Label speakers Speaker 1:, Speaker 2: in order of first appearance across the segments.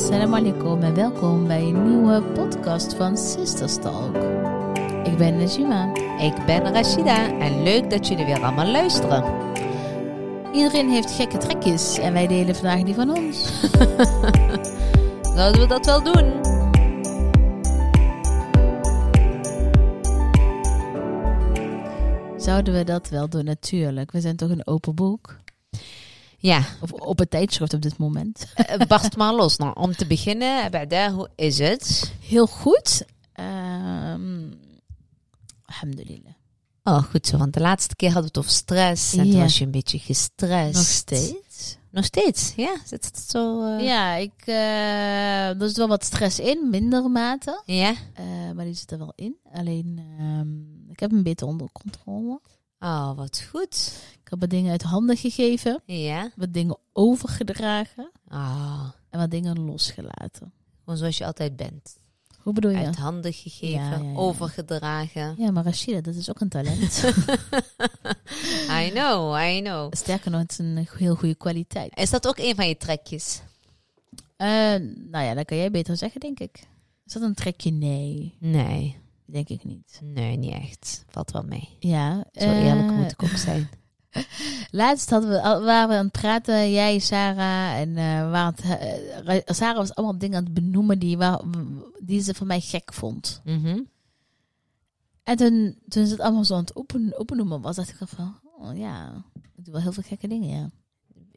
Speaker 1: Assalamualaikum en welkom bij een nieuwe podcast van Sisters Talk. Ik ben Najima.
Speaker 2: Ik ben Rashida en leuk dat jullie weer allemaal luisteren.
Speaker 1: Iedereen heeft gekke trekjes en wij delen vandaag die van ons.
Speaker 2: Zouden we dat wel doen?
Speaker 1: Zouden we dat wel doen? Natuurlijk. We zijn toch een open boek?
Speaker 2: Ja,
Speaker 1: Of op het tijdschrift op dit moment.
Speaker 2: eh, barst maar los. Nou, om te beginnen, Bada, hoe is het?
Speaker 1: Heel goed. Ehm alhamdulillah.
Speaker 2: Oh, goed zo, want de laatste keer hadden we het over stress en
Speaker 1: Ja.
Speaker 2: toen was je een beetje gestrest.
Speaker 1: Nog steeds?
Speaker 2: Nog steeds, ja. Zit het zo... eh,
Speaker 1: Ja, ik, eh, er zit wel wat stress in, minder mate.
Speaker 2: Ja?
Speaker 1: Eh, maar die zit er wel in. Alleen, ehm, ik heb hem beter onder controle.
Speaker 2: Oh, wat goed.
Speaker 1: Ik heb wat dingen uit handen gegeven,
Speaker 2: Ja.
Speaker 1: wat dingen overgedragen
Speaker 2: Oh,
Speaker 1: en wat dingen losgelaten.
Speaker 2: gewoon zoals je altijd bent.
Speaker 1: Hoe bedoel je?
Speaker 2: Uit handen gegeven,
Speaker 1: Ja, ja, ja.
Speaker 2: overgedragen.
Speaker 1: Ja, maar Rashida, dat is ook een talent.
Speaker 2: I know, I know.
Speaker 1: Sterker nog, het is een heel goede kwaliteit.
Speaker 2: Is dat ook een van je trekjes?
Speaker 1: Eh, nou ja, dat kan jij beter zeggen, denk ik. Is dat een trekje? Nee,
Speaker 2: Nee,
Speaker 1: denk ik niet.
Speaker 2: nee, niet echt. Valt wel mee.
Speaker 1: Ja,
Speaker 2: Zo eerlijk
Speaker 1: eh,
Speaker 2: moet ik ook zijn.
Speaker 1: Laatst hadden we, al- waren we aan het praten, jij, Sarah. En eh, we waren het, eh, Ra- Sarah was allemaal dingen aan het benoemen die, wa- die ze van mij gek vond.
Speaker 2: Mhm.
Speaker 1: En toen, toen ze het allemaal zo aan het open, opnoemen was, dacht ik al van, oh ja, ik doe wel heel veel gekke dingen, ja.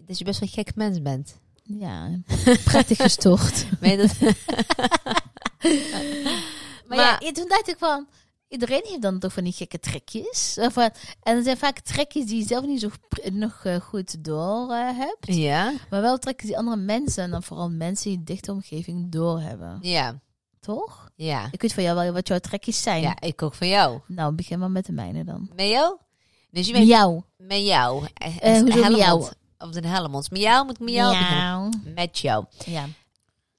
Speaker 2: Dat je best wel een gek mens bent.
Speaker 1: Ja, prettig gestort.
Speaker 2: Maar dat-
Speaker 1: maar
Speaker 2: Maar-
Speaker 1: ja, toen dacht ik van, iedereen heeft dan toch van die gekke trekjes. Of, eh, en er zijn vaak trekjes die je zelf niet zo pr- nog eh, goed door eh, hebt.
Speaker 2: ja?
Speaker 1: Maar wel trekken die andere mensen en dan vooral mensen die dichte omgeving doorhebben.
Speaker 2: Ja,
Speaker 1: Toch?
Speaker 2: ja.
Speaker 1: Ik weet van jou wel wat jouw trekjes zijn.
Speaker 2: Ja, ik ook van jou.
Speaker 1: Nou, begin maar met de mijne dan.
Speaker 2: Met jou? Dus je bent
Speaker 1: Miauw.
Speaker 2: met jou.
Speaker 1: Eh, hoezo
Speaker 2: Helmond.
Speaker 1: miauw?
Speaker 2: Of de Helmond. Met jou moet met jou beginnen.
Speaker 1: Miauw.
Speaker 2: Met jou.
Speaker 1: Ja.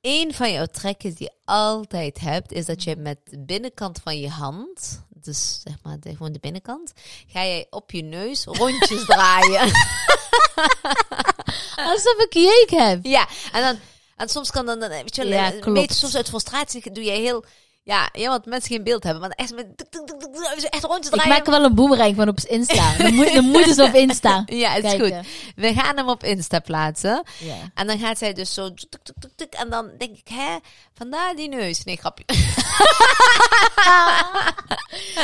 Speaker 2: Eén van jouw trekjes die je altijd hebt, is dat je met de binnenkant van je hand, dus zeg maar de, gewoon de binnenkant, ga je op je neus rondjes draaien. Eh.
Speaker 1: Alsof ik jeuk heb.
Speaker 2: Ja, en dan, en soms kan dan, dan weet je wel,
Speaker 1: Ja,
Speaker 2: een
Speaker 1: klopt.
Speaker 2: beetje soms uit frustratie doe je heel, ja, ja, want mensen geen beeld hebben, maar echt met, tuk, tuk, tuk, tuk, tuk, zo echt rondjes
Speaker 1: Ik
Speaker 2: draaien.
Speaker 1: maak er wel een boemerang van op Insta. Dan moet, dan moeten ze op Insta.
Speaker 2: Ja, het is
Speaker 1: Kijken.
Speaker 2: goed. We gaan hem op Insta plaatsen.
Speaker 1: Ja.
Speaker 2: En dan gaat zij dus zo. tuk, tuk, tuk, tuk, en dan denk ik, hè, vandaar die neus. Nee, grapje. Eh.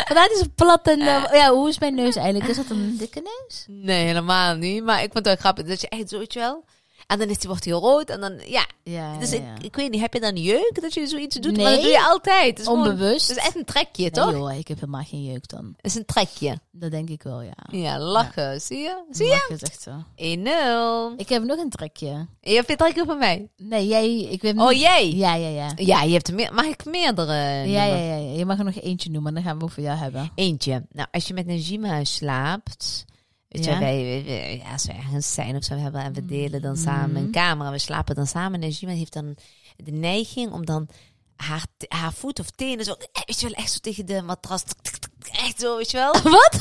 Speaker 1: Vandaar is het plat en... eh, ja, hoe is mijn neus eigenlijk? Is dat een dikke neus?
Speaker 2: Nee, helemaal niet. Maar ik vond het wel grappig dat je echt zo, weet je wel. En dan is die, wordt hij rood. En dan, ja.
Speaker 1: Ja,
Speaker 2: Dus
Speaker 1: ja,
Speaker 2: ik,
Speaker 1: ja.
Speaker 2: ik weet niet, heb je dan jeuk dat je zoiets doet? Maar
Speaker 1: Nee.
Speaker 2: dat doe je altijd. Het is gewoon-
Speaker 1: Onbewust.
Speaker 2: Het is echt een trekje,
Speaker 1: Nee,
Speaker 2: toch?
Speaker 1: joh, ik heb helemaal geen jeuk dan.
Speaker 2: Het is een trekje.
Speaker 1: Dat denk ik wel, ja.
Speaker 2: Ja, lachen. Zie je? Zie je?
Speaker 1: Mag het echt zo.
Speaker 2: 1-0.
Speaker 1: Ik heb nog een trekje.
Speaker 2: Je hebt een trekje van mij.
Speaker 1: Nee, jij... Ik weet
Speaker 2: Oh, jij? Ja,
Speaker 1: Ja, ja, ja.
Speaker 2: je hebt er meer. Mag ik meerdere
Speaker 1: Ja,
Speaker 2: noemen?
Speaker 1: ja, ja, ja. Je mag er nog eentje noemen, dan gaan we over jou hebben.
Speaker 2: Eentje. Nou, als je met Najima slaapt. Weet je,
Speaker 1: Ja.
Speaker 2: wij, wij- wij- ja, als we ergens zijn of zo hebben en we delen dan
Speaker 1: Mhm.
Speaker 2: samen een kamer en we slapen dan samen. Najima heeft dan de neiging om dan haar, te- haar voet of tenen zo, eh, weet je wel, echt zo tegen de matras. tik, tik, tik, tik, Echt zo, weet je wel.
Speaker 1: Wat?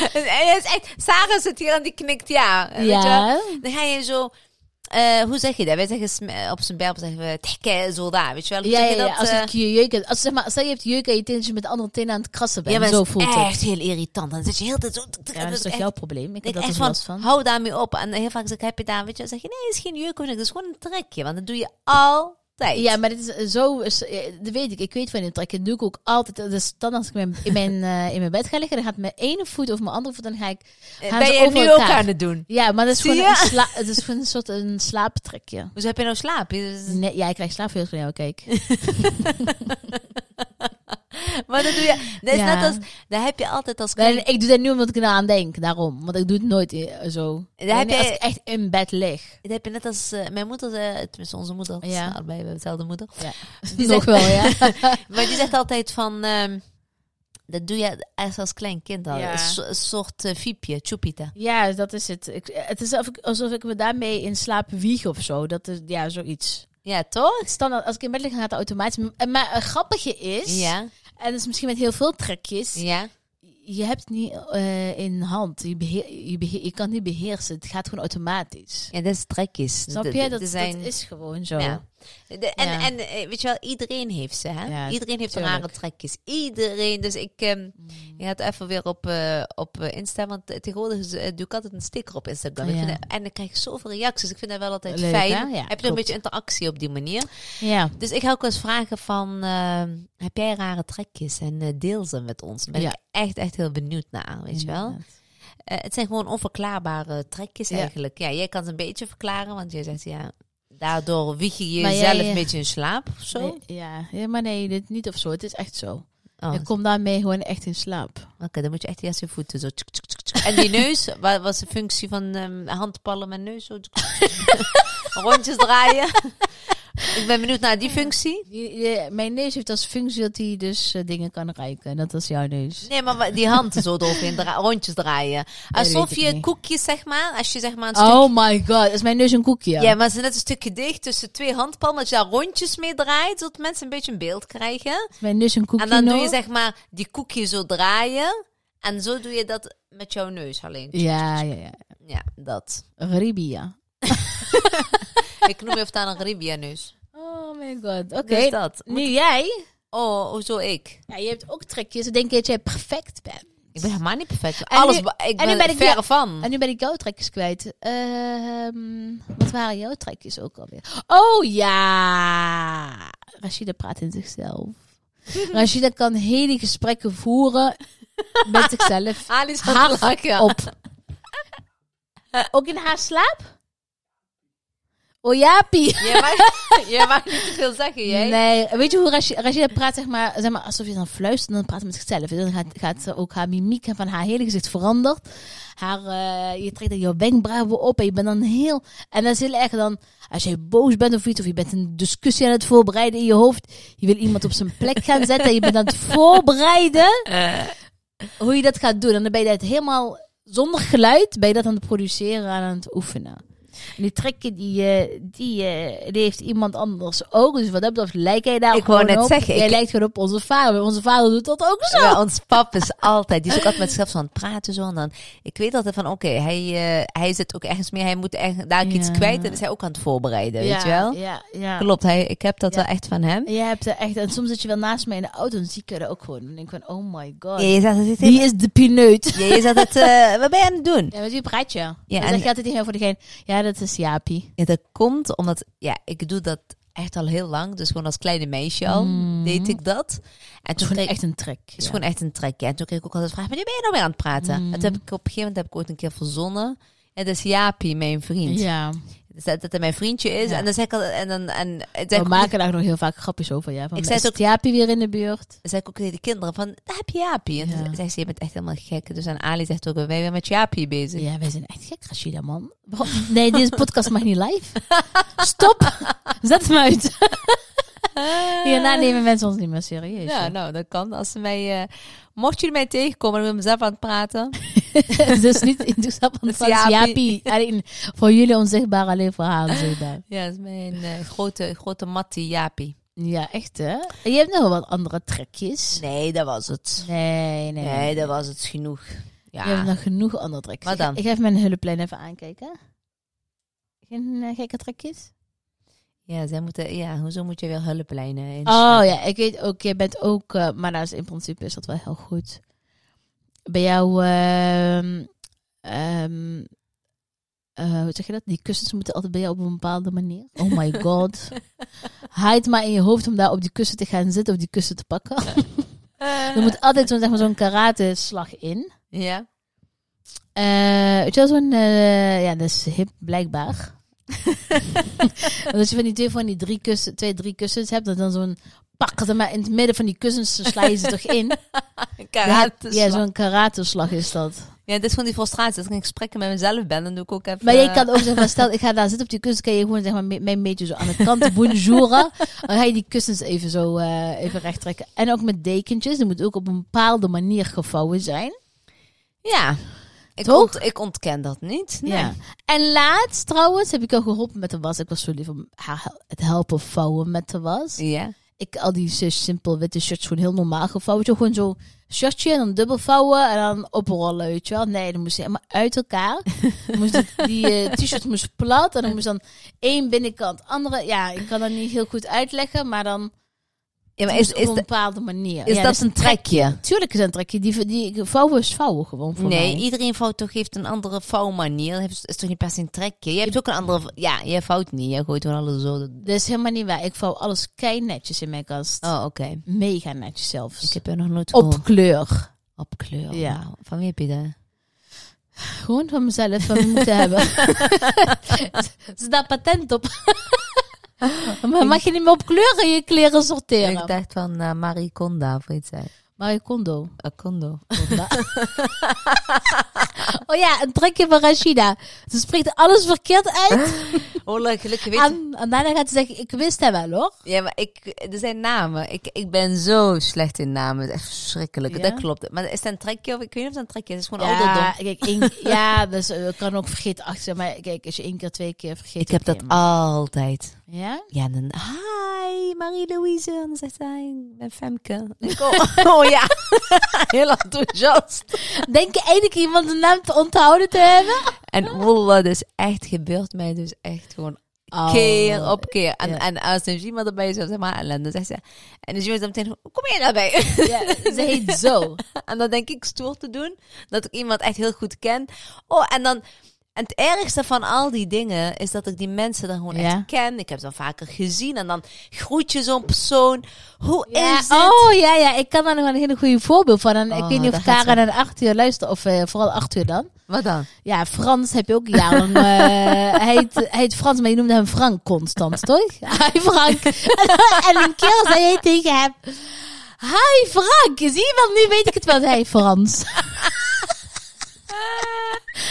Speaker 2: En hij is echt, Sarah zit hier en die knikt ja. Weet je wel.
Speaker 1: Ja.
Speaker 2: Dan ga je zo, eh, hoe zeg je dat? Wij zeggen sm- eh, op zijn Berb zeggen we, tikken, zo daar, weet je wel. Hoe
Speaker 1: Ja,
Speaker 2: zeg
Speaker 1: ja,
Speaker 2: je
Speaker 1: ja,
Speaker 2: dat,
Speaker 1: als
Speaker 2: eh?
Speaker 1: ik je jeuk heb. Als, zeg maar, stel je hebt jeuk en je tenen met de andere tenen aan het krassen bent.
Speaker 2: ja, maar
Speaker 1: zo
Speaker 2: dat is
Speaker 1: voelt het.
Speaker 2: echt heel irritant. Dan zit je heel de tijd zo. tik, tik,
Speaker 1: Ja, maar
Speaker 2: en
Speaker 1: dat is
Speaker 2: dan
Speaker 1: toch
Speaker 2: echt-
Speaker 1: jouw probleem? Ik heb
Speaker 2: Ik
Speaker 1: dat
Speaker 2: denk
Speaker 1: er
Speaker 2: echt
Speaker 1: last
Speaker 2: van,
Speaker 1: van.
Speaker 2: hou daarmee op. En heel vaak zeg ik, heb je daar, weet je, dan zeg je, nee, het is geen jeuk of niks. Het is gewoon een trekje, want dat doe je altijd.
Speaker 1: Ja, maar dit is zo... is- eh, Dat weet ik. Ik weet van dit trek. Dat doe ik ook altijd. Dus dan als ik in mijn, in mijn, eh, in mijn bed ga liggen, dan gaat mijn ene voet of mijn andere voet, dan ga ik...
Speaker 2: Eh,
Speaker 1: gaan
Speaker 2: ben
Speaker 1: ze
Speaker 2: je
Speaker 1: over
Speaker 2: nu ook
Speaker 1: elkaar.
Speaker 2: aan het doen?
Speaker 1: Ja, maar dat is
Speaker 2: Zie
Speaker 1: gewoon,
Speaker 2: je?
Speaker 1: een, sla, het is gewoon een soort een slaaptrekje.
Speaker 2: Hoezo heb je nou slaap? Je- je-
Speaker 1: Nee, ja, ik krijg slaapveel van jou, kijk.
Speaker 2: Maar dat doe je. Dat is
Speaker 1: Ja.
Speaker 2: net als, daar heb je altijd als
Speaker 1: Nee,
Speaker 2: kind.
Speaker 1: nee, ik doe dat nu omdat ik eraan denk, daarom. Want ik doe het nooit eh, zo.
Speaker 2: Daar heb
Speaker 1: Nee,
Speaker 2: je-
Speaker 1: Als ik echt in bed lig.
Speaker 2: Dat heb je net als eh, mijn moeder, eh, tenminste onze moeder,
Speaker 1: Ja.
Speaker 2: ja. allebei hebben dezelfde moeder.
Speaker 1: Ja.
Speaker 2: Die
Speaker 1: Nog
Speaker 2: zegt,
Speaker 1: wel, ja.
Speaker 2: maar die zegt altijd van, ehm, dat doe je echt als klein kind al.
Speaker 1: Ja.
Speaker 2: Een so- een soort eh, viepje, chupita.
Speaker 1: Ja, dat is het. Ik, het is alsof ik, alsof ik me daarmee in slaap wieg of zo. Dat is, ja, zoiets.
Speaker 2: Ja, toch?
Speaker 1: Oh, Standaard, als ik in bed lig, dan gaat het automatisch. M- eh, Maar, het grappige is,
Speaker 2: Ja,
Speaker 1: en dat is misschien met heel veel trekjes,
Speaker 2: ja.
Speaker 1: je hebt het niet eh, in hand. Je, beheer, je, beheer- je kan het niet beheersen. Het gaat gewoon automatisch.
Speaker 2: Ja, dat is trekjes.
Speaker 1: Snap
Speaker 2: Dat-
Speaker 1: je?
Speaker 2: dat-
Speaker 1: Dat,
Speaker 2: er zijn-
Speaker 1: dat is gewoon zo.
Speaker 2: Ja. De- en,
Speaker 1: Ja.
Speaker 2: en eh, weet je wel, iedereen heeft ze. Hè?
Speaker 1: Ja,
Speaker 2: iedereen heeft
Speaker 1: tuurlijk. Mm.
Speaker 2: een rare trekjes. Iedereen. Dus ik ehm je had even weer op, eh, op eh, Insta. Want eh, tegenwoordig is, eh, doe ik altijd een sticker op Instagram. Ik
Speaker 1: Ja.
Speaker 2: vind dat- en dan krijg ik zoveel reacties. Ik vind dat wel altijd
Speaker 1: Leuk,
Speaker 2: fijn.
Speaker 1: hè? Ja,
Speaker 2: Heb je
Speaker 1: klopt.
Speaker 2: een beetje interactie op die manier.
Speaker 1: Ja.
Speaker 2: Dus ik ga ook wel eens vragen van... ehm, heb jij rare trekjes? En eh, deel ze met ons. Daar ben
Speaker 1: Ja.
Speaker 2: ik echt, echt heel benieuwd naar. Weet je wel?
Speaker 1: Inderdaad.
Speaker 2: Eh, het zijn gewoon onverklaarbare trekjes
Speaker 1: Ja.
Speaker 2: eigenlijk. Ja, jij kan ze een beetje verklaren, want jij zegt ja, daardoor wieg je
Speaker 1: Maar
Speaker 2: jezelf
Speaker 1: jij, eh,
Speaker 2: een beetje in slaap of zo.
Speaker 1: Nee, ja. ja, maar nee, dit niet of zo. Het is echt zo.
Speaker 2: Oh,
Speaker 1: Ik kom daarmee gewoon echt in slaap.
Speaker 2: Oké, dan moet je echt eerst je voeten zo. tsk, tsk, tsk, tsk. En die neus, wat was de functie van ehm, handpalm en neus? Zo, tsk, tsk, tsk. rondjes draaien. Ik ben benieuwd naar die functie.
Speaker 1: Die- die- mijn neus heeft als functie dat hij dus eh, dingen kan ruiken. En dat is jouw neus.
Speaker 2: Nee, maar wa- die hand zo doorheen, dra- rondjes draaien. Alsof
Speaker 1: ik
Speaker 2: je
Speaker 1: niet.
Speaker 2: koekjes, zeg maar, als je zeg maar een stukje
Speaker 1: Oh my god, is mijn neus een koekje?
Speaker 2: Ja, maar ze is net een stukje dicht tussen twee handpalmen. Als je daar rondjes mee draait, zodat mensen een beetje een beeld krijgen.
Speaker 1: Is mijn neus een koekje
Speaker 2: En dan doe
Speaker 1: nou?
Speaker 2: je zeg maar die koekje zo draaien. En zo doe je dat met jouw neus alleen.
Speaker 1: Ja, ja, ja.
Speaker 2: Ja, dat.
Speaker 1: Ribia.
Speaker 2: Ik noem je of daar een ribia neus.
Speaker 1: Oh my god, oké.
Speaker 2: Dus dat.
Speaker 1: Nu jij.
Speaker 2: Oh, hoezo ik?
Speaker 1: Ja, je hebt ook trekjes. Ik denk dat jij perfect bent.
Speaker 2: Ik ben helemaal niet perfect.
Speaker 1: En
Speaker 2: Alles,
Speaker 1: nu-
Speaker 2: ba- ik
Speaker 1: en nu
Speaker 2: ben,
Speaker 1: ben ik
Speaker 2: verre
Speaker 1: weer-
Speaker 2: van.
Speaker 1: En nu ben ik jouw trekjes kwijt. Ehm, wat waren jouw trekjes ook alweer? Oh ja! Rashida praat in zichzelf. Rashida kan hele gesprekken voeren met zichzelf.
Speaker 2: Alice
Speaker 1: Haar
Speaker 2: gaat lachen.
Speaker 1: Op. Ook in haar slaap? Oh ja, Pie.
Speaker 2: Jij mag, jij mag niet te veel zeggen, jij.
Speaker 1: Nee, weet je hoe Rashi- Rashida praat, zeg maar, zeg maar, alsof je dan fluistert en dan praat ze met zichzelf. En Dan gaat, gaat ze ook haar mimiek van haar hele gezicht verandert. Haar, eh, je trekt dan jouw wenkbrauwen op en je bent dan heel... En dat is heel erg dan, als je boos bent of iets, of je bent een discussie aan het voorbereiden in je hoofd. Je wil iemand op zijn plek gaan zetten en je bent aan het voorbereiden hoe je dat gaat doen. En dan ben je dat helemaal zonder geluid, ben je dat aan het produceren en aan het oefenen. En die trekken, die, eh, die, eh, die heeft iemand anders ook. Dus wat dat betreft lijkt jij daar
Speaker 2: Ik wou
Speaker 1: gewoon
Speaker 2: net
Speaker 1: op.
Speaker 2: zeggen,
Speaker 1: Jij
Speaker 2: ik-
Speaker 1: lijkt gewoon op onze vader. want Onze vader doet dat ook zo.
Speaker 2: Ja, ons pap is altijd, die is ook altijd met zichzelf zo aan het praten. Zo. En dan, ik weet altijd van, oké, hij, eh, hij zit ook ergens mee. Hij moet echt daar iets
Speaker 1: Ja.
Speaker 2: kwijt. En is hij ook aan het voorbereiden, weet je wel?
Speaker 1: Ja, ja.
Speaker 2: Klopt, hij, ik heb dat
Speaker 1: Ja.
Speaker 2: wel echt van hem.
Speaker 1: Je hebt er echt, en soms zit je wel naast mij in de auto en zie ik er ook gewoon. En denk ik van, oh my god.
Speaker 2: Ja, je zegt altijd,
Speaker 1: Die is de pineut.
Speaker 2: ja, je zegt altijd, eh, wat ben je aan het doen?
Speaker 1: Ja, met wie praat je? Ja, dan
Speaker 2: en-
Speaker 1: zeg je altijd tegen voor degene, ja, dat is Jaapie.
Speaker 2: Ja, dat komt omdat, ja, ik doe dat echt al heel lang. Dus gewoon als kleine meisje al deed ik dat. En
Speaker 1: Het Mm. is
Speaker 2: toen
Speaker 1: gewoon
Speaker 2: kreeg,
Speaker 1: echt een trek.
Speaker 2: is
Speaker 1: ja.
Speaker 2: gewoon echt een trekje. En toen kreeg ik ook altijd de vraag, wanneer ben je nou weer aan het praten?
Speaker 1: Mm.
Speaker 2: En toen heb ik op een gegeven moment heb ik ooit een keer verzonnen. Ja, dat is Jaapie, mijn vriend.
Speaker 1: Ja.
Speaker 2: Dus dat, dat hij mijn vriendje is.
Speaker 1: Ja.
Speaker 2: En dan zeg ik altijd, en dan, en, en zeg
Speaker 1: We
Speaker 2: ik ook-
Speaker 1: maken daar nog heel vaak grapjes over. Ja. Van,
Speaker 2: Ik zei
Speaker 1: is
Speaker 2: het ook-
Speaker 1: Jaapie weer in de buurt?
Speaker 2: zei ik ook tegen de kinderen van, daar heb je Jaapie. En
Speaker 1: Ja.
Speaker 2: toen zei ze, je bent echt helemaal gek. Dus aan Ali zegt ook, ben je weer met Jaapie bezig?
Speaker 1: Ja, wij zijn echt gek, Rashida, man. Waarom- Nee, deze podcast mag niet live. Stop. Zet hem uit. Hierna nemen mensen ons niet meer serieus.
Speaker 2: Ja,
Speaker 1: Ja.
Speaker 2: nou, dat kan. Als ze mij, eh, mocht jullie mij tegenkomen, dan ben ik mezelf aan het praten.
Speaker 1: dus niet in toestand van
Speaker 2: Dus
Speaker 1: van Jaapie.
Speaker 2: Jaapie.
Speaker 1: Alleen voor jullie onzichtbaar, alleen voor haar onzichtbaar.
Speaker 2: Ja, dat is mijn eh, grote, grote mattie Jaapie.
Speaker 1: Ja, echt hè? En je hebt nog wel wat andere trekjes.
Speaker 2: Nee, dat was het.
Speaker 1: Nee, nee. nee.
Speaker 2: Nee, dat was het genoeg. Ja.
Speaker 1: Je hebt nog genoeg andere trekjes.
Speaker 2: Wat dan?
Speaker 1: Ik, ik heb mijn hulplijn even aankijken. Geen eh, gekke trekjes?
Speaker 2: ja, zij moeten, ja, hoezo moet je weer hulplijnen in?
Speaker 1: Oh ja, ik weet ook, je bent ook, eh, maar nou is in principe is dat wel heel goed. Bij jou, ehm, ehm, eh, hoe zeg je dat? Die kussens moeten altijd bij jou op een bepaalde manier. Oh my god. Haid maar in je hoofd om daar op die kussen te gaan zitten of die kussen te pakken. er moet altijd zo'n zeg maar, zo'n karate slag in.
Speaker 2: Eh, Ja.
Speaker 1: Eh, weet je wel, zo'n... eh, ja, dat is hip, blijkbaar. Als je van die twee van die drie kussen, twee, drie kussens hebt, dat dan zo'n pak er maar in het midden van die kussens dan sla je ze toch in.
Speaker 2: Karate.
Speaker 1: Ja, zo'n karateslag is dat.
Speaker 2: Ja, dit is gewoon die frustratie. Als ik in gesprekken met mezelf ben, dan doe ik ook even...
Speaker 1: Maar je kan ook zeg maar, stel ik ga daar zitten op die kussens, kan je gewoon zeg maar me- mij een beetje zo aan de kant bonjouren. Dan ga je die kussens even zo eh, even recht trekken. En ook met dekentjes, die moet ook op een bepaalde manier gevouwen zijn.
Speaker 2: Ja. Ik,
Speaker 1: Toch?
Speaker 2: ont- ik ontken dat niet. Nee.
Speaker 1: Ja. En laatst trouwens heb ik al geholpen met de was. Ik was zo lief om haar hel- het helpen vouwen met de was.
Speaker 2: Ja.
Speaker 1: ik al die zo simpel witte shirts gewoon heel normaal gevouwen. Weet je wel, Gewoon zo'n shirtje en dan dubbel vouwen en dan oprollen, weet je wel. Nee, dan moest je helemaal uit elkaar. Dan moest die die eh, t-shirt moest plat en dan moest dan één binnenkant, andere... Ja, ik kan dat niet heel goed uitleggen, maar dan
Speaker 2: Ja, maar
Speaker 1: moest
Speaker 2: is,
Speaker 1: het
Speaker 2: is,
Speaker 1: op een
Speaker 2: de-
Speaker 1: bepaalde manier.
Speaker 2: is
Speaker 1: Ja,
Speaker 2: dat
Speaker 1: dus
Speaker 2: een trekje?
Speaker 1: Tuurlijk is dat een trekje. Die, die vouwen is vouwen gewoon voor
Speaker 2: Nee,
Speaker 1: mij.
Speaker 2: iedereen vouwt toch heeft een andere vouwmanier. Het is- is toch niet per se een trekje? Je hebt ook een andere... Ja, je vouwt niet. Je gooit gewoon alles zo.
Speaker 1: Dat is helemaal niet waar. Ik vouw alles kei netjes in mijn kast.
Speaker 2: Oh, oké.
Speaker 1: Mega netjes zelfs.
Speaker 2: Ik heb er nog nooit
Speaker 1: Op
Speaker 2: gehoord.
Speaker 1: kleur.
Speaker 2: Op kleur.
Speaker 1: Ja.
Speaker 2: wauw. Van wie heb je dat?
Speaker 1: Gewoon van mezelf, van wie moeten hebben. Ze daar patent op. maar mag je niet meer op kleur in je kleren
Speaker 2: Ik
Speaker 1: sorteren?
Speaker 2: dacht van eh, Marie Konda, of iets. zeggen.
Speaker 1: Marie Kondo.
Speaker 2: Eh, Kondo.
Speaker 1: oh ja, een trekje van Rashida. Ze spreekt alles verkeerd uit.
Speaker 2: Oh, leuk, gelukkig weet je.
Speaker 1: En, en daarna gaat ze zeggen, ik wist het wel hoor.
Speaker 2: Ja, maar ik, er zijn namen. Ik, ik ben zo slecht in namen. Het is echt verschrikkelijk.
Speaker 1: Ja?
Speaker 2: Dat klopt. Maar is dat een trekje? Of, ik weet niet of dat een trekje is. Het is gewoon
Speaker 1: Ja,
Speaker 2: ouderdom.
Speaker 1: kijk, één- ja, dus eh, ik kan ook vergeten achter. Maar kijk, als je één keer, twee keer vergeet.
Speaker 2: Ik heb
Speaker 1: oké,
Speaker 2: dat
Speaker 1: maar-
Speaker 2: altijd.
Speaker 1: Ja?
Speaker 2: Ja, dan... Hi, Marie-Louise. En dan zegt hij, ik ben Femke. En ik, oh, oh ja. Heel enthousiast.
Speaker 1: Denk je eindelijk iemand de naam te onthouden te hebben?
Speaker 2: En wallah, dat is echt gebeurd mij dus echt gewoon
Speaker 1: Oh.
Speaker 2: keer op keer. En,
Speaker 1: ja.
Speaker 2: en als er iemand erbij is, dan zeg maar ellende. Zegt ze, en dus iemand dan meteen, hoe kom jij daarbij?
Speaker 1: Ja, ze heet zo.
Speaker 2: En dan denk ik stoer te doen. Dat ik iemand echt heel goed ken. Oh, en dan. En het ergste van al die dingen is dat ik die mensen dan gewoon
Speaker 1: Ja.
Speaker 2: echt ken. Ik heb ze al vaker gezien. En dan groet je zo'n persoon. Hoe
Speaker 1: Ja,
Speaker 2: is het?
Speaker 1: oh ja, ja, ik kan daar nog wel een hele goede voorbeeld van. En ik
Speaker 2: Oh,
Speaker 1: weet niet of
Speaker 2: daar gaat
Speaker 1: Karen en acht uur luistert, of eh, vooral acht uur dan.
Speaker 2: Wat dan?
Speaker 1: Ja, Frans heb je ook jarenlang. eh hij, heet, hij heet Frans, maar je noemde hem Frank constant, toch? Hi Frank. en een keer zei hij tegen hem: Hi Frank, is iemand nu? Weet ik het wel, hij Frans.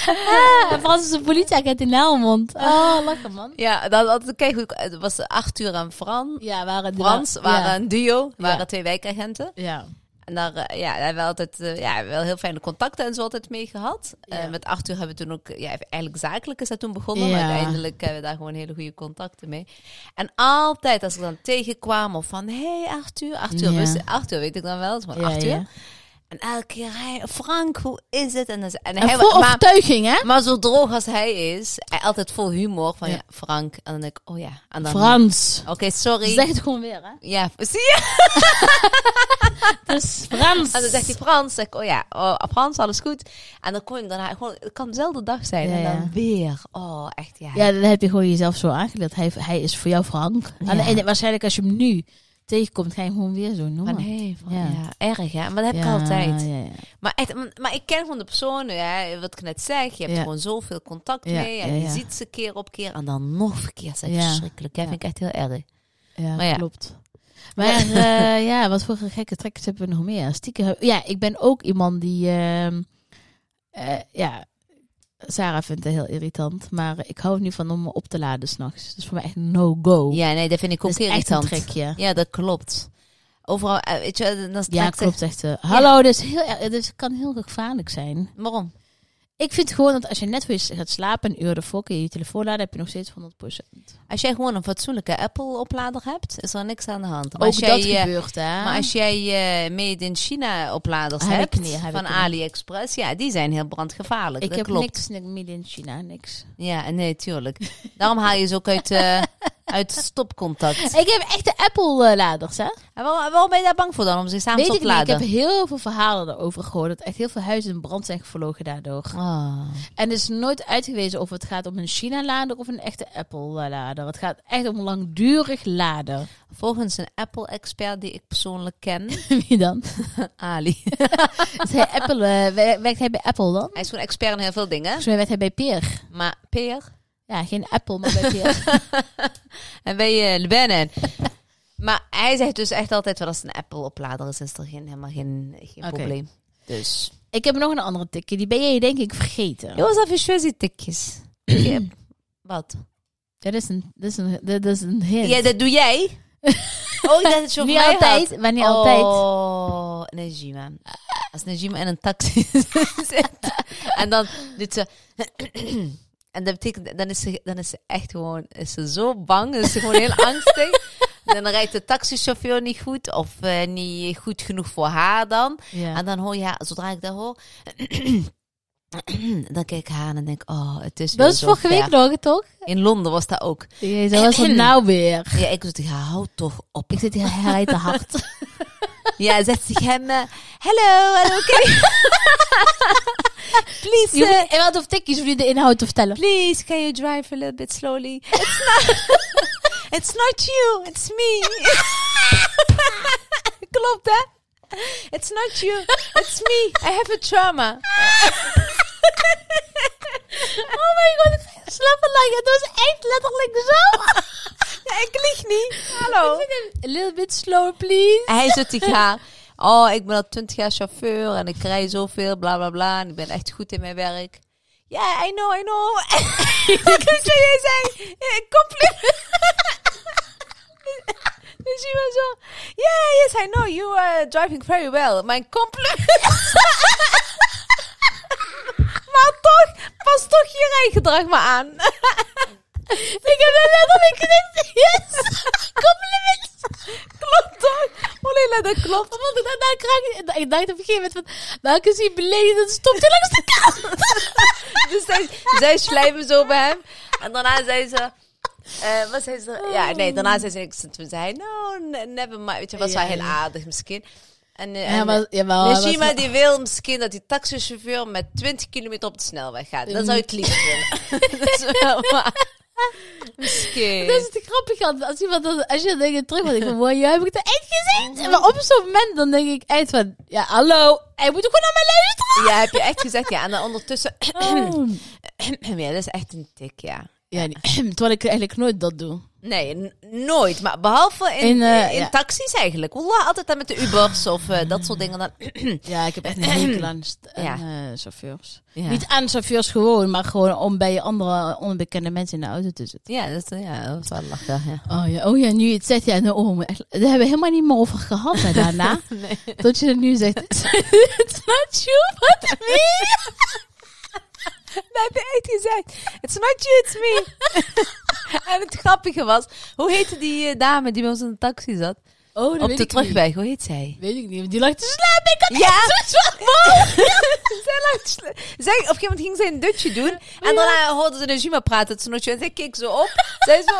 Speaker 1: Ah, en Frans is een politieagent in Helmond. Oh, lachen man.
Speaker 2: Ja, dat had kijk, hoe ik- het was Arthur en Fran.
Speaker 1: Ja, waren die-
Speaker 2: Frans waren
Speaker 1: ja.
Speaker 2: een duo, waren
Speaker 1: Ja.
Speaker 2: twee wijkagenten.
Speaker 1: Ja.
Speaker 2: En daar, eh, ja, daar hebben we altijd eh, ja, wel heel fijne contacten en zo altijd mee gehad.
Speaker 1: Ja.
Speaker 2: Eh, met Arthur hebben we toen ook, ja, eigenlijk zakelijk is dat toen begonnen.
Speaker 1: Ja.
Speaker 2: Maar uiteindelijk hebben we daar gewoon hele goede contacten mee. En altijd als ik dan tegenkwam of van, hé hey Arthur, Arthur,
Speaker 1: Ja.
Speaker 2: wist- Arthur weet ik dan wel, het is gewoon
Speaker 1: Ja,
Speaker 2: Arthur.
Speaker 1: ja.
Speaker 2: En elke keer, hey, Frank, hoe is het? En, dan ze- en
Speaker 1: En
Speaker 2: hij
Speaker 1: voor
Speaker 2: was maar,
Speaker 1: overtuiging, hè?
Speaker 2: maar zo droog als hij is, hij altijd vol humor van,
Speaker 1: Ja.
Speaker 2: ja. Frank. En dan denk ik, oh ja. En dan,
Speaker 1: Frans.
Speaker 2: Oké, sorry.
Speaker 1: Zeg het gewoon weer, hè?
Speaker 2: Ja, zie je?
Speaker 1: Het is Frans.
Speaker 2: En Ah, dan zegt hij Frans. Zeg ik, oh ja, oh, Frans, alles goed. En dan kom ik daarna gewoon, het kan dezelfde dag zijn.
Speaker 1: Ja,
Speaker 2: en dan
Speaker 1: ja.
Speaker 2: weer. Oh, echt ja.
Speaker 1: Ja, dan heb je gewoon jezelf zo aangeleerd. Hij, hij is voor jou Frank. En, en waarschijnlijk als je hem nu tegenkomt, ga je hem gewoon weer zo noemen.
Speaker 2: Van, hey, van,
Speaker 1: Ja.
Speaker 2: ja. erg hè. Maar dat heb ik
Speaker 1: Ja,
Speaker 2: altijd.
Speaker 1: Ja, ja.
Speaker 2: Maar, echt, maar ik ken gewoon de personen, hè, wat ik net zeg. Je hebt
Speaker 1: Ja.
Speaker 2: gewoon zoveel contact
Speaker 1: Ja,
Speaker 2: mee. En
Speaker 1: ja,
Speaker 2: je
Speaker 1: ja.
Speaker 2: ziet ze keer op keer. En dan nog verkeerd. Dat is
Speaker 1: Ja.
Speaker 2: verschrikkelijk. Dat
Speaker 1: Ja.
Speaker 2: vind ik echt heel erg.
Speaker 1: Ja,
Speaker 2: Maar ja.
Speaker 1: klopt. Maar eh, ja, wat voor gekke trekjes hebben we nog meer? Stiekem, heb- ja, ik ben ook iemand die... ehm, eh, ja, Sarah vindt het heel irritant. Maar ik hou er niet van om me op te laden s'nachts. Dat is voor mij echt no-go.
Speaker 2: Ja, nee, dat vind ik ook
Speaker 1: dat is echt een
Speaker 2: irritant.
Speaker 1: trekje.
Speaker 2: ja, dat klopt. Overal, eh, weet je, dan
Speaker 1: Ja,
Speaker 2: strekt zich-
Speaker 1: klopt echt. eh, Hallo, dus heel, erg- dus het kan heel gevaarlijk zijn.
Speaker 2: Waarom?
Speaker 1: Ik vind gewoon dat als je net weer gaat slapen, een uur ervoor, kun je je telefoon laden, heb je nog steeds 100%.
Speaker 2: Als jij gewoon een fatsoenlijke Apple-oplader hebt, is er niks aan de hand. Maar
Speaker 1: Ook
Speaker 2: als jij,
Speaker 1: dat
Speaker 2: eh,
Speaker 1: gebeurt, hè?
Speaker 2: Maar als jij eh, made in China opladers
Speaker 1: Ah. Heb ik
Speaker 2: hebt
Speaker 1: niet, heb ik
Speaker 2: van
Speaker 1: niet.
Speaker 2: AliExpress, ja, die zijn heel brandgevaarlijk.
Speaker 1: ik
Speaker 2: dat
Speaker 1: heb
Speaker 2: klopt.
Speaker 1: niks, niks midden in China, niks.
Speaker 2: Ja, nee, tuurlijk. Daarom haal je ze ook uit, eh, uit stopcontact.
Speaker 1: Ik heb echte Apple-laders, hè?
Speaker 2: En waarom, waarom ben je daar bang voor dan om ze samen
Speaker 1: Weet
Speaker 2: te
Speaker 1: ik niet, ik
Speaker 2: opladen?
Speaker 1: heb heel veel verhalen erover gehoord, dat echt heel veel huizen in brand zijn gevlogen daardoor.
Speaker 2: Oh.
Speaker 1: En er is nooit uitgewezen of het gaat om een China-lader of een echte Apple-lader. Het gaat echt om langdurig laden.
Speaker 2: Volgens een Apple-expert die ik persoonlijk ken,
Speaker 1: Wie dan?
Speaker 2: Ali.
Speaker 1: Is hij Apple, eh, wer- werkt hij bij Apple dan?
Speaker 2: Hij is gewoon expert in heel veel dingen.
Speaker 1: Volgens mij werkt hij bij Peer.
Speaker 2: Maar Peer,
Speaker 1: Ja, geen Apple, maar bij Peer.
Speaker 2: en eh, ben je Bennen. Maar hij zegt dus echt altijd wel als het een Apple-oplader is, is er geen, helemaal geen, geen
Speaker 1: Oké.
Speaker 2: probleem. Dus...
Speaker 1: Ik heb nog een andere tikje. Die ben jij denk ik vergeten.
Speaker 2: Jozef, ich will sie dikjes. Ik heb- Wat?
Speaker 1: Dat is een, dat is een, dat is een hint.
Speaker 2: Ja, dat doe jij. Oh, dat is zo
Speaker 1: niet altijd, maar niet altijd.
Speaker 2: Oh, Najima. Als Najima in een taxi zit en dan doet ze... En dat betekent, dan is ze, dan is ze echt gewoon is ze zo bang, is ze gewoon heel angstig. dan rijdt de taxichauffeur niet goed of eh, niet goed genoeg voor haar dan.
Speaker 1: Ja.
Speaker 2: En dan hoor je haar, zodra ik dat hoor, dan kijk ik haar aan en denk oh, het is weer
Speaker 1: Dat was
Speaker 2: zo
Speaker 1: vorige week
Speaker 2: ver.
Speaker 1: nog, toch?
Speaker 2: In Londen was dat ook.
Speaker 1: Jezus, wat was het nou weer?
Speaker 2: Ja, ik dacht, ja, hou toch op.
Speaker 1: Ik zit hier hij rijdt te hard.
Speaker 2: Ja, zet zich hem, eh, hello, hello, can you- please,
Speaker 1: Je
Speaker 2: eh,
Speaker 1: hoeft- En wat of tikjes voor je de inhoud te vertellen.
Speaker 2: please, can you drive a little bit slowly? It's not, it's not you, it's me. Klopt, hè? It's not you, it's me. I have a trauma.
Speaker 1: Oh mijn god, ik ga slapen lachen. Het was echt letterlijk zo.
Speaker 2: Ja, ik lieg niet.
Speaker 1: Oh.
Speaker 2: Hallo.
Speaker 1: A little bit slower, please.
Speaker 2: Hij zit tegen haar. Oh, ik ben al twintig jaar chauffeur en ik rij zoveel, bla bla bla. En ik ben echt goed in mijn werk. Ja, I know, I know. Wat kun jij zeggen? Ja, Compliment. Dus je was zo. Yeah, yes, I know. You are driving very well. Mijn compliment. maar toch, pas toch je rijgedrag maar aan.
Speaker 1: Ik heb dat letterlijk gezegd. Yes. Compliment.
Speaker 2: klopt toch? Olena, dat klopt.
Speaker 1: Want ik dacht, nou, ik raak- ik dacht op een gegeven moment van... Welke is hier beledigd? Dat stopt hij langs de kant.
Speaker 2: Dus zij, zij slijpen zo bij hem. En daarna zei ze... eh, wat zei ze? Ja,
Speaker 1: Oh.
Speaker 2: nee, daarna zei ze niks. En toen zei hij, no, ne- never mind. Weet je, was
Speaker 1: Ja,
Speaker 2: wel heel
Speaker 1: ja.
Speaker 2: aardig misschien. En, eh,
Speaker 1: Ja,
Speaker 2: en,
Speaker 1: maar-
Speaker 2: eh,
Speaker 1: jawel, hij
Speaker 2: Najima
Speaker 1: was-
Speaker 2: die wil misschien dat die taxichauffeur met 20 kilometer op de snelweg gaat. Dat zou je het liefst willen. dat is wel waar. Misschien.
Speaker 1: Dat is het grappige. want Als, iemand, dat- als je dingen terug want ik van... Wow, jij heb ik het echt gezien. Maar op zo'n moment dan denk ik echt van... Ja, hallo. Hij moet ook gewoon naar mij luisteren.
Speaker 2: Ja, heb je echt gezegd. Ja, en dan ondertussen...
Speaker 1: Oh.
Speaker 2: ja, dat is echt een tik, ja.
Speaker 1: Ja, nee, terwijl ik eigenlijk nooit dat doe.
Speaker 2: Nee, n- nooit. Maar behalve in,
Speaker 1: In,
Speaker 2: in,
Speaker 1: eh, ja.
Speaker 2: taxis eigenlijk. Wallah, altijd dan met de Ubers of eh, dat soort dingen. Dan,
Speaker 1: Ja, ik heb echt een hekel aan, st- aan
Speaker 2: Ja.
Speaker 1: eh, chauffeurs.
Speaker 2: Ja.
Speaker 1: Niet aan chauffeurs gewoon, maar gewoon om bij andere onbekende mensen in de auto te zitten.
Speaker 2: Ja, dat, eh, ja, dat is wel lachen. Ja.
Speaker 1: Oh ja, oh ja nu je het zegt, ja, nou, oh, maar echt, daar hebben we helemaal niet meer over gehad hè, daarna. Dat je het nu zegt, it's not you, but me.
Speaker 2: Dat heb je echt gezegd. It's not you, it's me. en het grappige was, hoe heette die eh, dame die bij ons in de taxi zat?
Speaker 1: Oh, dat
Speaker 2: Op
Speaker 1: weet
Speaker 2: de
Speaker 1: ik
Speaker 2: terugweg, hoe heet zij?
Speaker 1: niet. Weet ik niet, want die dus lag te slapen. Ik had
Speaker 2: Ja.
Speaker 1: echt zo'n zwart mond.
Speaker 2: zij lag te sla- zij, op een gegeven moment ging zij een dutje doen. En daarna hoorde ze Najima praten. It's not you. En zij keek zo op. zij zo...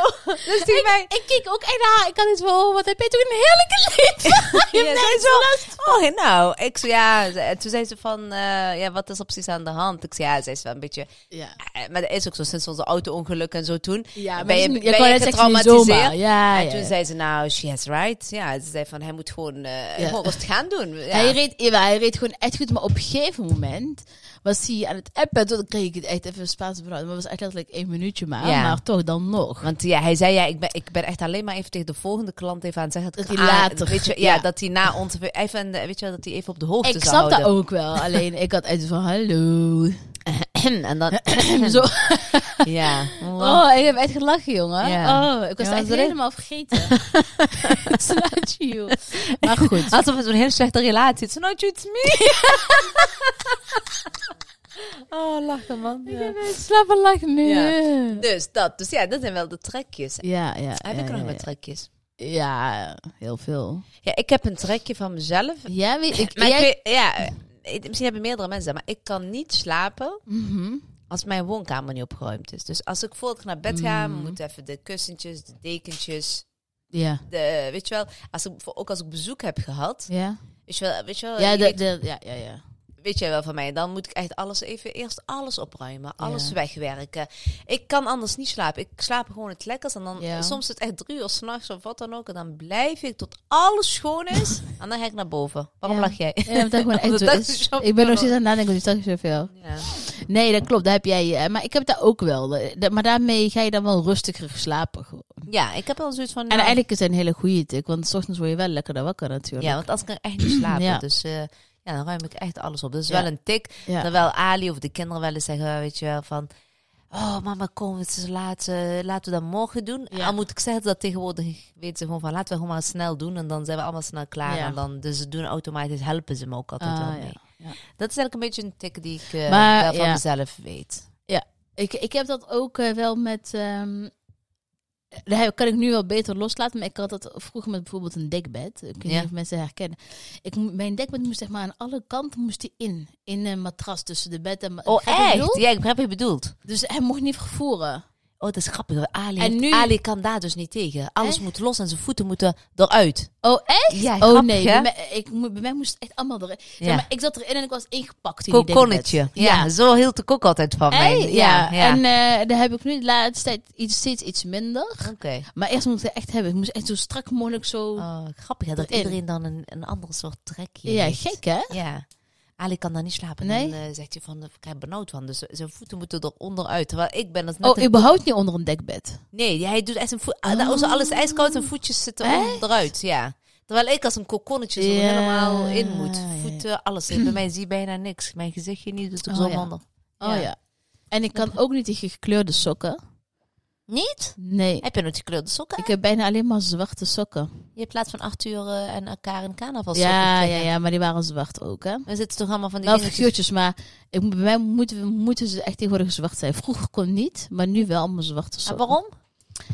Speaker 2: Dus die mij...
Speaker 1: Ik keek ook echt naar haar. Ik kan niet zo, oh, wat heb je toch een heerlijke leven. Je
Speaker 2: Ja,
Speaker 1: hebt
Speaker 2: zij
Speaker 1: nergens last.
Speaker 2: zo, oh nou, ik zo, ja, ze- en toen zei ze van, eh, ja, wat is er precies aan de hand? Ik zei, ja, zij is wel een beetje,
Speaker 1: Ja.
Speaker 2: eh, maar dat is ook zo, sinds onze auto-ongeluk en zo toen,
Speaker 1: Ja,
Speaker 2: ben je,
Speaker 1: mensen-
Speaker 2: ben
Speaker 1: kan
Speaker 2: je
Speaker 1: het echt niet
Speaker 2: getraumatiseerd.
Speaker 1: zomaar. Ja,
Speaker 2: en
Speaker 1: ja,
Speaker 2: toen
Speaker 1: ja.
Speaker 2: zei ze, nou, she has right. Ja, ze zei van, hij moet gewoon, eh
Speaker 1: Ja.
Speaker 2: gewoon rustig gaan doen. Ja.
Speaker 1: Hij, reed, ja, hij reed gewoon echt goed, maar op een gegeven moment was hij aan het appen. Toen kreeg ik het echt even Spaans benauwd. Maar het was echt letterlijk één minuutje maar,
Speaker 2: Ja.
Speaker 1: maar toch dan nog.
Speaker 2: Want ja, hij zei, ja, ik ben, ik ben echt alleen maar even tegen de volgende klant even aan het zeggen.
Speaker 1: Dat
Speaker 2: ik-
Speaker 1: hij
Speaker 2: ah,
Speaker 1: later-
Speaker 2: Weet je, ja,
Speaker 1: ja.
Speaker 2: dat hij na ons, even, eh, weet je, wel, dat hij even op de hoogte
Speaker 1: Ik
Speaker 2: zou
Speaker 1: snap dat
Speaker 2: dus houden.
Speaker 1: ook wel, alleen ik had echt van hallo.
Speaker 2: en dan,
Speaker 1: Zo,
Speaker 2: ja.
Speaker 1: oh, ik heb echt gelachen, jongen.
Speaker 2: Ja.
Speaker 1: Oh, ik was
Speaker 2: Ja,
Speaker 1: het echt
Speaker 2: wat erin?
Speaker 1: helemaal vergeten. Slaat you. Maar goed.
Speaker 2: Alsof het een hele slechte relatie is. So not you, it's me. oh, lachen man. Ja.
Speaker 1: Slaap en lachen nu.
Speaker 2: Ja.
Speaker 1: Ja,
Speaker 2: Dus dat. Dus ja, dat zijn wel de trekjes.
Speaker 1: ja. ja
Speaker 2: Heb ik
Speaker 1: ja,
Speaker 2: nog
Speaker 1: ja.
Speaker 2: wat trekjes?
Speaker 1: Ja, heel veel.
Speaker 2: Ja, ik heb een trekje van mezelf.
Speaker 1: Ja, weet ik.
Speaker 2: Maar
Speaker 1: jij-
Speaker 2: ik weet, ja, eh, misschien hebben meerdere mensen dat, maar ik kan niet slapen
Speaker 1: Mhm.
Speaker 2: als mijn woonkamer niet opgeruimd is. Dus als ik voordat ik naar bed ga,
Speaker 1: Hmm.
Speaker 2: moet even de kussentjes, de dekentjes,
Speaker 1: Ja.
Speaker 2: de, weet je wel, als ik, ook als ik bezoek heb gehad,
Speaker 1: Ja,
Speaker 2: weet je wel, weet je wel,
Speaker 1: ja,
Speaker 2: je
Speaker 1: de, de, ja, ja, ja.
Speaker 2: weet jij wel van mij, dan moet ik echt alles even eerst alles opruimen, alles
Speaker 1: Ja.
Speaker 2: wegwerken. Ik kan anders niet slapen. Ik slaap gewoon het lekkers en dan
Speaker 1: Ja.
Speaker 2: soms is het echt drie uur s'nachts of wat dan ook. En dan blijf ik tot alles schoon is en dan ga ik naar boven. Waarom
Speaker 1: Ja.
Speaker 2: lach jij?
Speaker 1: Ja, want dat gewoon echt
Speaker 2: Omdat
Speaker 1: zo
Speaker 2: dat
Speaker 1: is.
Speaker 2: is zo
Speaker 1: Ik ben nog steeds aan het nadenken over die zoveel.
Speaker 2: Ja.
Speaker 1: Nee, dat klopt, dat heb jij. eh, Maar ik heb dat ook wel. Eh, dat- Maar daarmee ga je dan wel rustiger slapen. gewoon.
Speaker 2: ja, ik heb wel zoiets van...
Speaker 1: En
Speaker 2: nou,
Speaker 1: eigenlijk is dat een hele goede tik, want 's ochtends word je wel lekkerder wakker natuurlijk.
Speaker 2: Ja, want als ik er echt niet slapen,
Speaker 1: Ja.
Speaker 2: dus... eh, ja, dan ruim ik echt alles op. Dat is
Speaker 1: Ja.
Speaker 2: wel een tik.
Speaker 1: Ja.
Speaker 2: Terwijl Ali of de kinderen wel eens zeggen, weet je wel, van... Oh, mama, kom, het is laat. eh, laten we dat morgen doen.
Speaker 1: Ja.
Speaker 2: Al moet ik zeggen dat tegenwoordig weten ze gewoon van... Laten we gewoon maar snel doen en dan zijn we allemaal snel klaar.
Speaker 1: Ja.
Speaker 2: En dan, dus ze doen automatisch, helpen ze me ook altijd
Speaker 1: Ah,
Speaker 2: wel mee.
Speaker 1: ja, ja.
Speaker 2: Dat is eigenlijk een beetje een tik die ik eh,
Speaker 1: Maar,
Speaker 2: wel van
Speaker 1: ja.
Speaker 2: mezelf weet.
Speaker 1: Ik, ik heb dat ook eh, wel met. ehm, eh, dat heb- kan ik nu wel beter loslaten, maar ik had dat vroeger met bijvoorbeeld een dekbed. Ik weet
Speaker 2: Ja.
Speaker 1: niet of mensen herkennen. Ik, mo- mijn dekbed moest zeg maar aan alle kanten moest die in. In een matras tussen de bed en... ma-
Speaker 2: Oh,
Speaker 1: Begrijp je wat ik
Speaker 2: echt?
Speaker 1: bedoel?
Speaker 2: Ja, ik begrijp wat je bedoelt.
Speaker 1: Dus hij mocht niet vervoeren.
Speaker 2: Oh, dat is grappig. hoor. Ali,
Speaker 1: En
Speaker 2: heeft-
Speaker 1: nu-
Speaker 2: Ali kan daar dus niet tegen. Alles
Speaker 1: Echt?
Speaker 2: moet los en zijn voeten moeten eruit.
Speaker 1: Oh, echt?
Speaker 2: Ja,
Speaker 1: oh
Speaker 2: grappig,
Speaker 1: nee, bij
Speaker 2: hè?
Speaker 1: mij, ik, mo- bij mij moest het echt allemaal erin. Zeg
Speaker 2: Ja.
Speaker 1: maar, ik zat erin en ik was ingepakt in die
Speaker 2: Kokonnetje.
Speaker 1: dekbed.
Speaker 2: Ja. zo hield de kok altijd van mij.
Speaker 1: Echt? Ja. En eh, daar heb ik nu de laatste tijd iets, steeds iets minder.
Speaker 2: Oké.
Speaker 1: Maar eerst moet ik het echt hebben. Ik moest echt zo strak mogelijk zo...
Speaker 2: Oh, grappig hè, dat
Speaker 1: Erin.
Speaker 2: iedereen dan een, een ander soort trekje
Speaker 1: ja,
Speaker 2: heeft.
Speaker 1: gek hè?
Speaker 2: Ja. Ali kan daar niet slapen.
Speaker 1: Nee?
Speaker 2: En dan eh, zegt hij van, ik krijg benauwd van. Dus zijn voeten moeten eronder uit. Terwijl ik ben dat net...
Speaker 1: Oh,
Speaker 2: een-
Speaker 1: überhaupt niet onder een dekbed.
Speaker 2: Nee, hij doet echt een voet... ah, nou, Als alles ijskoud en voetjes zitten
Speaker 1: Echt?
Speaker 2: onderuit. Ja. Terwijl ik als een kokonnetje zo
Speaker 1: Oh. Ja,
Speaker 2: helemaal in moet.
Speaker 1: ja, ja.
Speaker 2: Voeten, alles. Bij mij zie je bijna niks. Mijn gezichtje niet, dus ik
Speaker 1: Oh,
Speaker 2: zo
Speaker 1: ja.
Speaker 2: handig.
Speaker 1: Oh ja.
Speaker 2: Ja.
Speaker 1: En ik kan ook niet tegen gekleurde sokken.
Speaker 2: Niet?
Speaker 1: Nee.
Speaker 2: Heb je nooit gekleurde sokken?
Speaker 1: Ik heb bijna alleen maar zwarte sokken.
Speaker 2: Je hebt laatst van acht uur eh, en elkaar in carnaval
Speaker 1: Ja, ja, Nou, ja, maar die waren zwart ook, hè?
Speaker 2: We zitten toch allemaal van die
Speaker 1: Wel
Speaker 2: dingen.
Speaker 1: figuurtjes, maar ik, bij mij moeten, we- moeten ze echt tegenwoordig zwart zijn. Vroeger kon niet, maar nu wel mijn zwarte
Speaker 2: Maar
Speaker 1: sokken.
Speaker 2: Ah, waarom?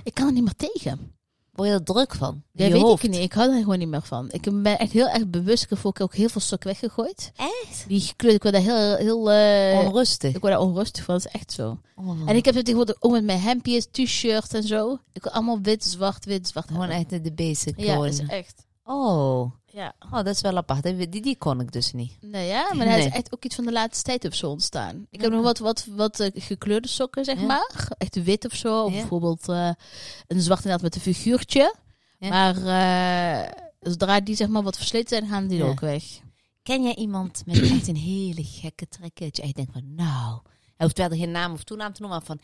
Speaker 1: Ik kan er niet meer tegen.
Speaker 2: Word je er druk van?
Speaker 1: Ja,
Speaker 2: Je
Speaker 1: weet
Speaker 2: hoofd.
Speaker 1: ik niet. Ik hou er gewoon niet meer van. Ik ben echt heel erg bewust. Ik heb ook ook heel veel sokken weggegooid.
Speaker 2: Echt?
Speaker 1: Die gekleurd, ik word daar heel... heel eh,
Speaker 2: Onrustig.
Speaker 1: ik word daar onrustig van. Dat is echt zo.
Speaker 2: Oh.
Speaker 1: En ik heb het tegenwoordig ook met mijn hemdjes, t-shirts en zo. Ik wil allemaal wit, zwart, wit, zwart.
Speaker 2: Gewoon
Speaker 1: hebben.
Speaker 2: echt de basic.
Speaker 1: Ja,
Speaker 2: gewoon.
Speaker 1: is echt.
Speaker 2: Oh.
Speaker 1: Ja.
Speaker 2: dus- oh, dat is wel apart. Die, die kon ik dus niet.
Speaker 1: Nee, ja, maar hij is
Speaker 2: Nee.
Speaker 1: echt ook iets van de laatste tijd op zo ontstaan. Ik heb nog wat, wat, wat eh, gekleurde sokken, zeg
Speaker 2: Ja.
Speaker 1: maar. Echt wit of zo. Of
Speaker 2: Ja.
Speaker 1: bijvoorbeeld eh, een zwart inderdaad met een figuurtje.
Speaker 2: Ja.
Speaker 1: Maar eh, zodra die zeg maar wat versleten zijn, gaan die
Speaker 2: Ja.
Speaker 1: ook weg.
Speaker 2: Ken jij iemand met echt een hele gekke trekken? Dat je echt denkt van, nou... Hij hoeft verder geen naam of toenaam te noemen, maar van...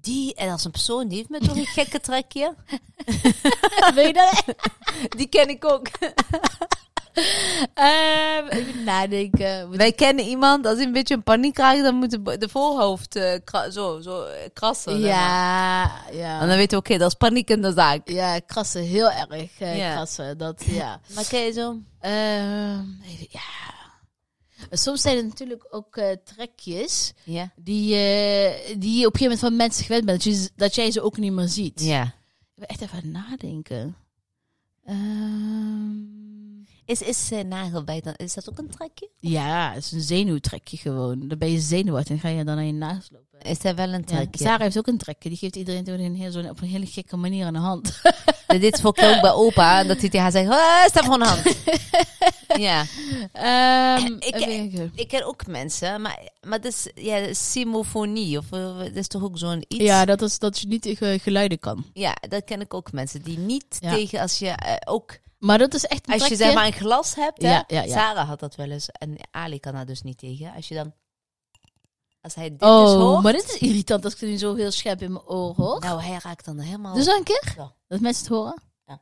Speaker 2: Die, en als een persoon, die heeft me toch een gekke trekje.
Speaker 1: Weet je dat?
Speaker 2: Die ken ik ook.
Speaker 1: Ehm, even nadenken.
Speaker 2: Wij kennen iemand, als hij een beetje een paniek krijgt, dan moet de, bo- de voorhoofd eh, kra- zo, zo eh, krassen. zeg maar.
Speaker 1: Ja, ja.
Speaker 2: En dan weten we, oké, dat is paniek in de zaak.
Speaker 1: Ja, krassen, heel erg eh,
Speaker 2: Ja.
Speaker 1: krassen. Dat, ja.
Speaker 2: Maar ken je zo?
Speaker 1: Ehm, even- ja. Maar Soms zijn het natuurlijk ook eh, trekjes
Speaker 2: Ja.
Speaker 1: die, eh, die je op een gegeven moment van mensen gewend bent. Dat, je, dat jij ze ook niet meer ziet.
Speaker 2: Ja.
Speaker 1: Ik ben echt even aan het nadenken. Ehm,
Speaker 2: Is, is eh, nagelbijt, dan, is dat ook een trekje?
Speaker 1: ja, het is een zenuwtrekje gewoon. Dan ben je zenuwachtig en ga je dan aan je nagels lopen.
Speaker 2: Is dat wel een
Speaker 1: Ja,
Speaker 2: trekje?
Speaker 1: Sarah heeft ook een trekje. Die geeft iedereen toen een heel, zo'n- op een hele gekke manier aan de hand.
Speaker 2: Dat Dit vond ik ook bij opa, dat hij tegen haar zegt, "Ah, stap gewoon hand. ja.
Speaker 1: Ehm,
Speaker 2: Ik-
Speaker 1: even denken.
Speaker 2: Ik ken ook mensen, maar, maar dat is ja, simofonie, of eh, dat is toch ook zo'n iets?
Speaker 1: ja, dat is dat je niet tegen geluiden kan.
Speaker 2: Ja, dat ken ik ook mensen, die niet
Speaker 1: Ja.
Speaker 2: tegen als je eh, ook...
Speaker 1: Maar dat is echt een
Speaker 2: Als je
Speaker 1: trekje.
Speaker 2: zeg maar een glas hebt, hè?
Speaker 1: Ja, ja, ja.
Speaker 2: Sarah had dat wel eens en Ali kan daar dus niet tegen. Als je dan, als hij dit dus
Speaker 1: Oh,
Speaker 2: hoort,
Speaker 1: maar dit is irritant als ik het nu zo heel scherp in mijn oor hoor.
Speaker 2: nou hij raakt dan helemaal.
Speaker 1: dus
Speaker 2: Dus,
Speaker 1: dan een keer?
Speaker 2: Ja.
Speaker 1: Dat mensen het horen?
Speaker 2: je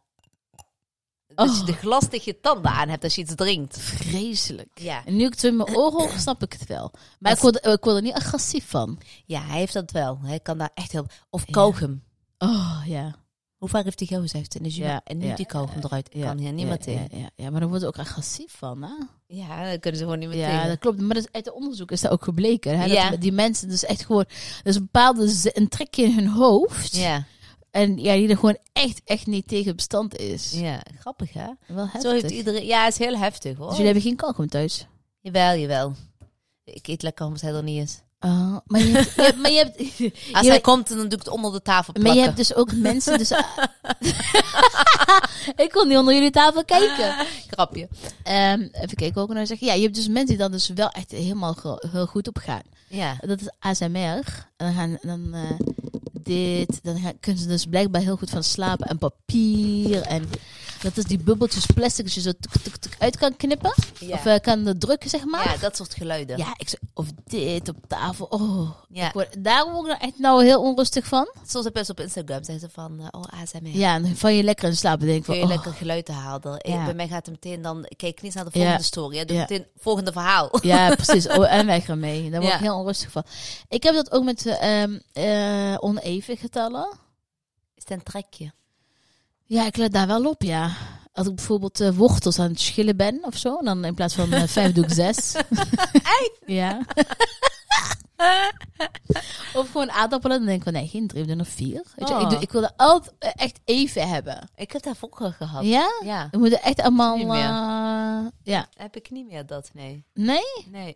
Speaker 1: Oh.
Speaker 2: de glas tegen je tanden aan hebt als je iets drinkt.
Speaker 1: Vreselijk.
Speaker 2: Ja,
Speaker 1: En nu ik het in mijn oor hoor, snap ik het wel. Maar
Speaker 2: Dat-
Speaker 1: ik word, ik word er niet agressief van.
Speaker 2: ja, hij heeft dat wel. Hij kan daar echt heel. Of kauwgum.
Speaker 1: Oh, ja.
Speaker 2: Hoe vaak heeft hij jou gezegd in de gym?
Speaker 1: Ja,
Speaker 2: en nu
Speaker 1: ja,
Speaker 2: die kauwgum eruit.
Speaker 1: ja
Speaker 2: eh, kan hier niemand
Speaker 1: ja,
Speaker 2: tegen.
Speaker 1: Ja, ja, ja, maar dan word ik ook agressief van, hè?
Speaker 2: Ja, daar kunnen ze gewoon niet meer
Speaker 1: Ja,
Speaker 2: tegen.
Speaker 1: dat klopt. Maar dat is uit het onderzoek is dat ook gebleken. Hè? Dat
Speaker 2: Ja.
Speaker 1: die mensen dus echt gewoon... Dus een bepaalde z- een trekje in hun hoofd.
Speaker 2: Ja,
Speaker 1: En ja, die er gewoon echt, echt niet tegen bestand is.
Speaker 2: ja, grappig hè?
Speaker 1: Wel heftig.
Speaker 2: Zo heeft iedereen. Ja, is heel heftig hoor.
Speaker 1: Dus jullie hebben geen kalkoen thuis?
Speaker 2: Jawel, jawel. Ik eet lekker omdat hij er niet is.
Speaker 1: Oh, maar je hebt- je hebt- maar je hebt,
Speaker 2: Als
Speaker 1: je
Speaker 2: hij
Speaker 1: hebt-
Speaker 2: komt, dan doe ik het onder de tafel plakken.
Speaker 1: Maar je hebt dus ook mensen. Dus, ik kon niet onder jullie tafel kijken.
Speaker 2: Grapje.
Speaker 1: Ehm, even kijken ook naar zeggen. Ja, je hebt dus mensen die dan dus wel echt helemaal gro- heel goed op gaan.
Speaker 2: Ja.
Speaker 1: Dat is ASMR. En dan gaan dan eh, dit. Dan gaan, kunnen ze dus blijkbaar heel goed van slapen. En papier. En dat is die bubbeltjes plastic dat je zo tuk, tuk, tuk uit kan knippen.
Speaker 2: Ja.
Speaker 1: Of eh, kan drukken, zeg maar.
Speaker 2: ja, dat soort geluiden.
Speaker 1: Ja, ik, zo- of dit op tafel. Oh,
Speaker 2: Ja.
Speaker 1: ik word, daar word ik nou echt nou heel onrustig van.
Speaker 2: Soms heb je eens op Instagram zeggen ze van, eh, oh ASMR. Ja.
Speaker 1: Ja, en dan val je lekker in slaap. Dan denk ik
Speaker 2: Kun
Speaker 1: van, oh.
Speaker 2: je lekker geluid te halen. Ik-
Speaker 1: Ja.
Speaker 2: Bij mij gaat het meteen dan, ik kijk niet naar de
Speaker 1: Ja.
Speaker 2: volgende story. Hè. Doe
Speaker 1: Ja.
Speaker 2: meteen het volgende verhaal.
Speaker 1: Ja, precies. Oh, en weg ermee. Daar word ik
Speaker 2: Ja.
Speaker 1: heel onrustig van. Ik heb dat ook met eh, ehm, eh, oneven getallen.
Speaker 2: Is het een trekje?
Speaker 1: Ja, ik let daar wel op, ja. Als ik bijvoorbeeld eh, wortels aan het schillen ben of zo, dan in plaats van eh, vijf doe ik zes. Ja. Of gewoon aardappelen. Dan denk ik van, nee, geen drie, we doen er vier. Weet je,
Speaker 2: Oh.
Speaker 1: ik, doe, ik wilde altijd eh, echt even hebben.
Speaker 2: Ik heb dat vroeger gehad.
Speaker 1: Ja?
Speaker 2: Ja.
Speaker 1: We moeten echt allemaal...
Speaker 2: Niet meer.
Speaker 1: eh, ja.
Speaker 2: Heb ik niet meer dat, nee.
Speaker 1: Nee?
Speaker 2: Nee.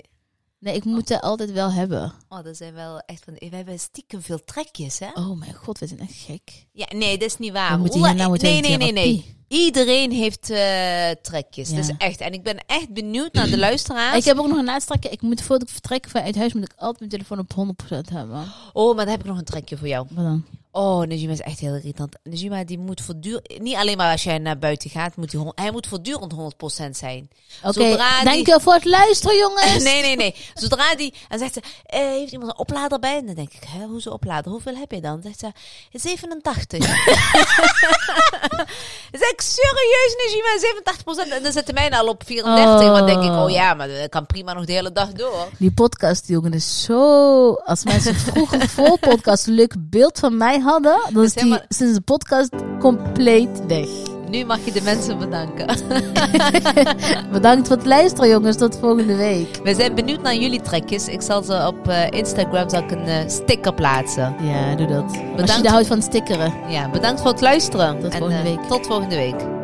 Speaker 1: Nee, ik moet het altijd wel hebben.
Speaker 2: Oh, dat zijn wel echt van... We hebben stiekem veel trekjes, hè?
Speaker 1: Oh mijn god, we zijn echt gek.
Speaker 2: Ja, nee, dat is niet
Speaker 1: We
Speaker 2: waar.
Speaker 1: moeten
Speaker 2: Oeh,
Speaker 1: hier nou meteen
Speaker 2: nee, nee, nee, nee.
Speaker 1: therapie.
Speaker 2: Iedereen heeft eh, trekjes. Dat
Speaker 1: Ja.
Speaker 2: is echt. En ik ben echt benieuwd naar de luisteraars.
Speaker 1: Ik heb ook nog een laatste trekje. Ik moet voordat ik vertrek vanuit huis, moet ik altijd mijn telefoon op 100% hebben.
Speaker 2: Oh, maar dan heb ik nog een trekje voor jou.
Speaker 1: Wat dan?
Speaker 2: Oh, Najima is echt heel irritant. Najima, die moet voortdurend... Niet alleen maar als jij naar buiten gaat, moet hij, hij moet voortdurend 100% zijn.
Speaker 1: Oké,
Speaker 2: Zodra die-
Speaker 1: dankjewel voor het luisteren, jongens.
Speaker 2: Nee, nee, nee. Zodra die... En zegt ze, eh, heeft iemand een oplader bij? En dan denk ik, hè, hoezo oplader? Hoeveel heb je dan? Zegt ze, 87. Dan zeg ik, serieus Najima, 87%? En dan zetten mij al op 34.
Speaker 1: Oh.
Speaker 2: Want dan denk ik, oh ja, maar dat kan prima nog de hele dag door.
Speaker 1: Die podcast, jongen, is zo... Als mensen vroeger voor podcast een leuk beeld van mij hadden, dan is
Speaker 2: is
Speaker 1: die
Speaker 2: helemaal-
Speaker 1: sinds de podcast compleet weg.
Speaker 2: Nu mag je de mensen bedanken.
Speaker 1: Bedankt voor het luisteren, jongens. Tot volgende week.
Speaker 2: We zijn benieuwd naar jullie trekjes. Ik zal ze op eh, Instagram zal ik een eh, sticker plaatsen.
Speaker 1: Ja, doe dat. Als je
Speaker 2: Bedankt.
Speaker 1: daar houdt van stickeren.
Speaker 2: Ja, bedankt voor het luisteren.
Speaker 1: Tot
Speaker 2: En,
Speaker 1: volgende
Speaker 2: eh,
Speaker 1: week.
Speaker 2: Tot volgende week.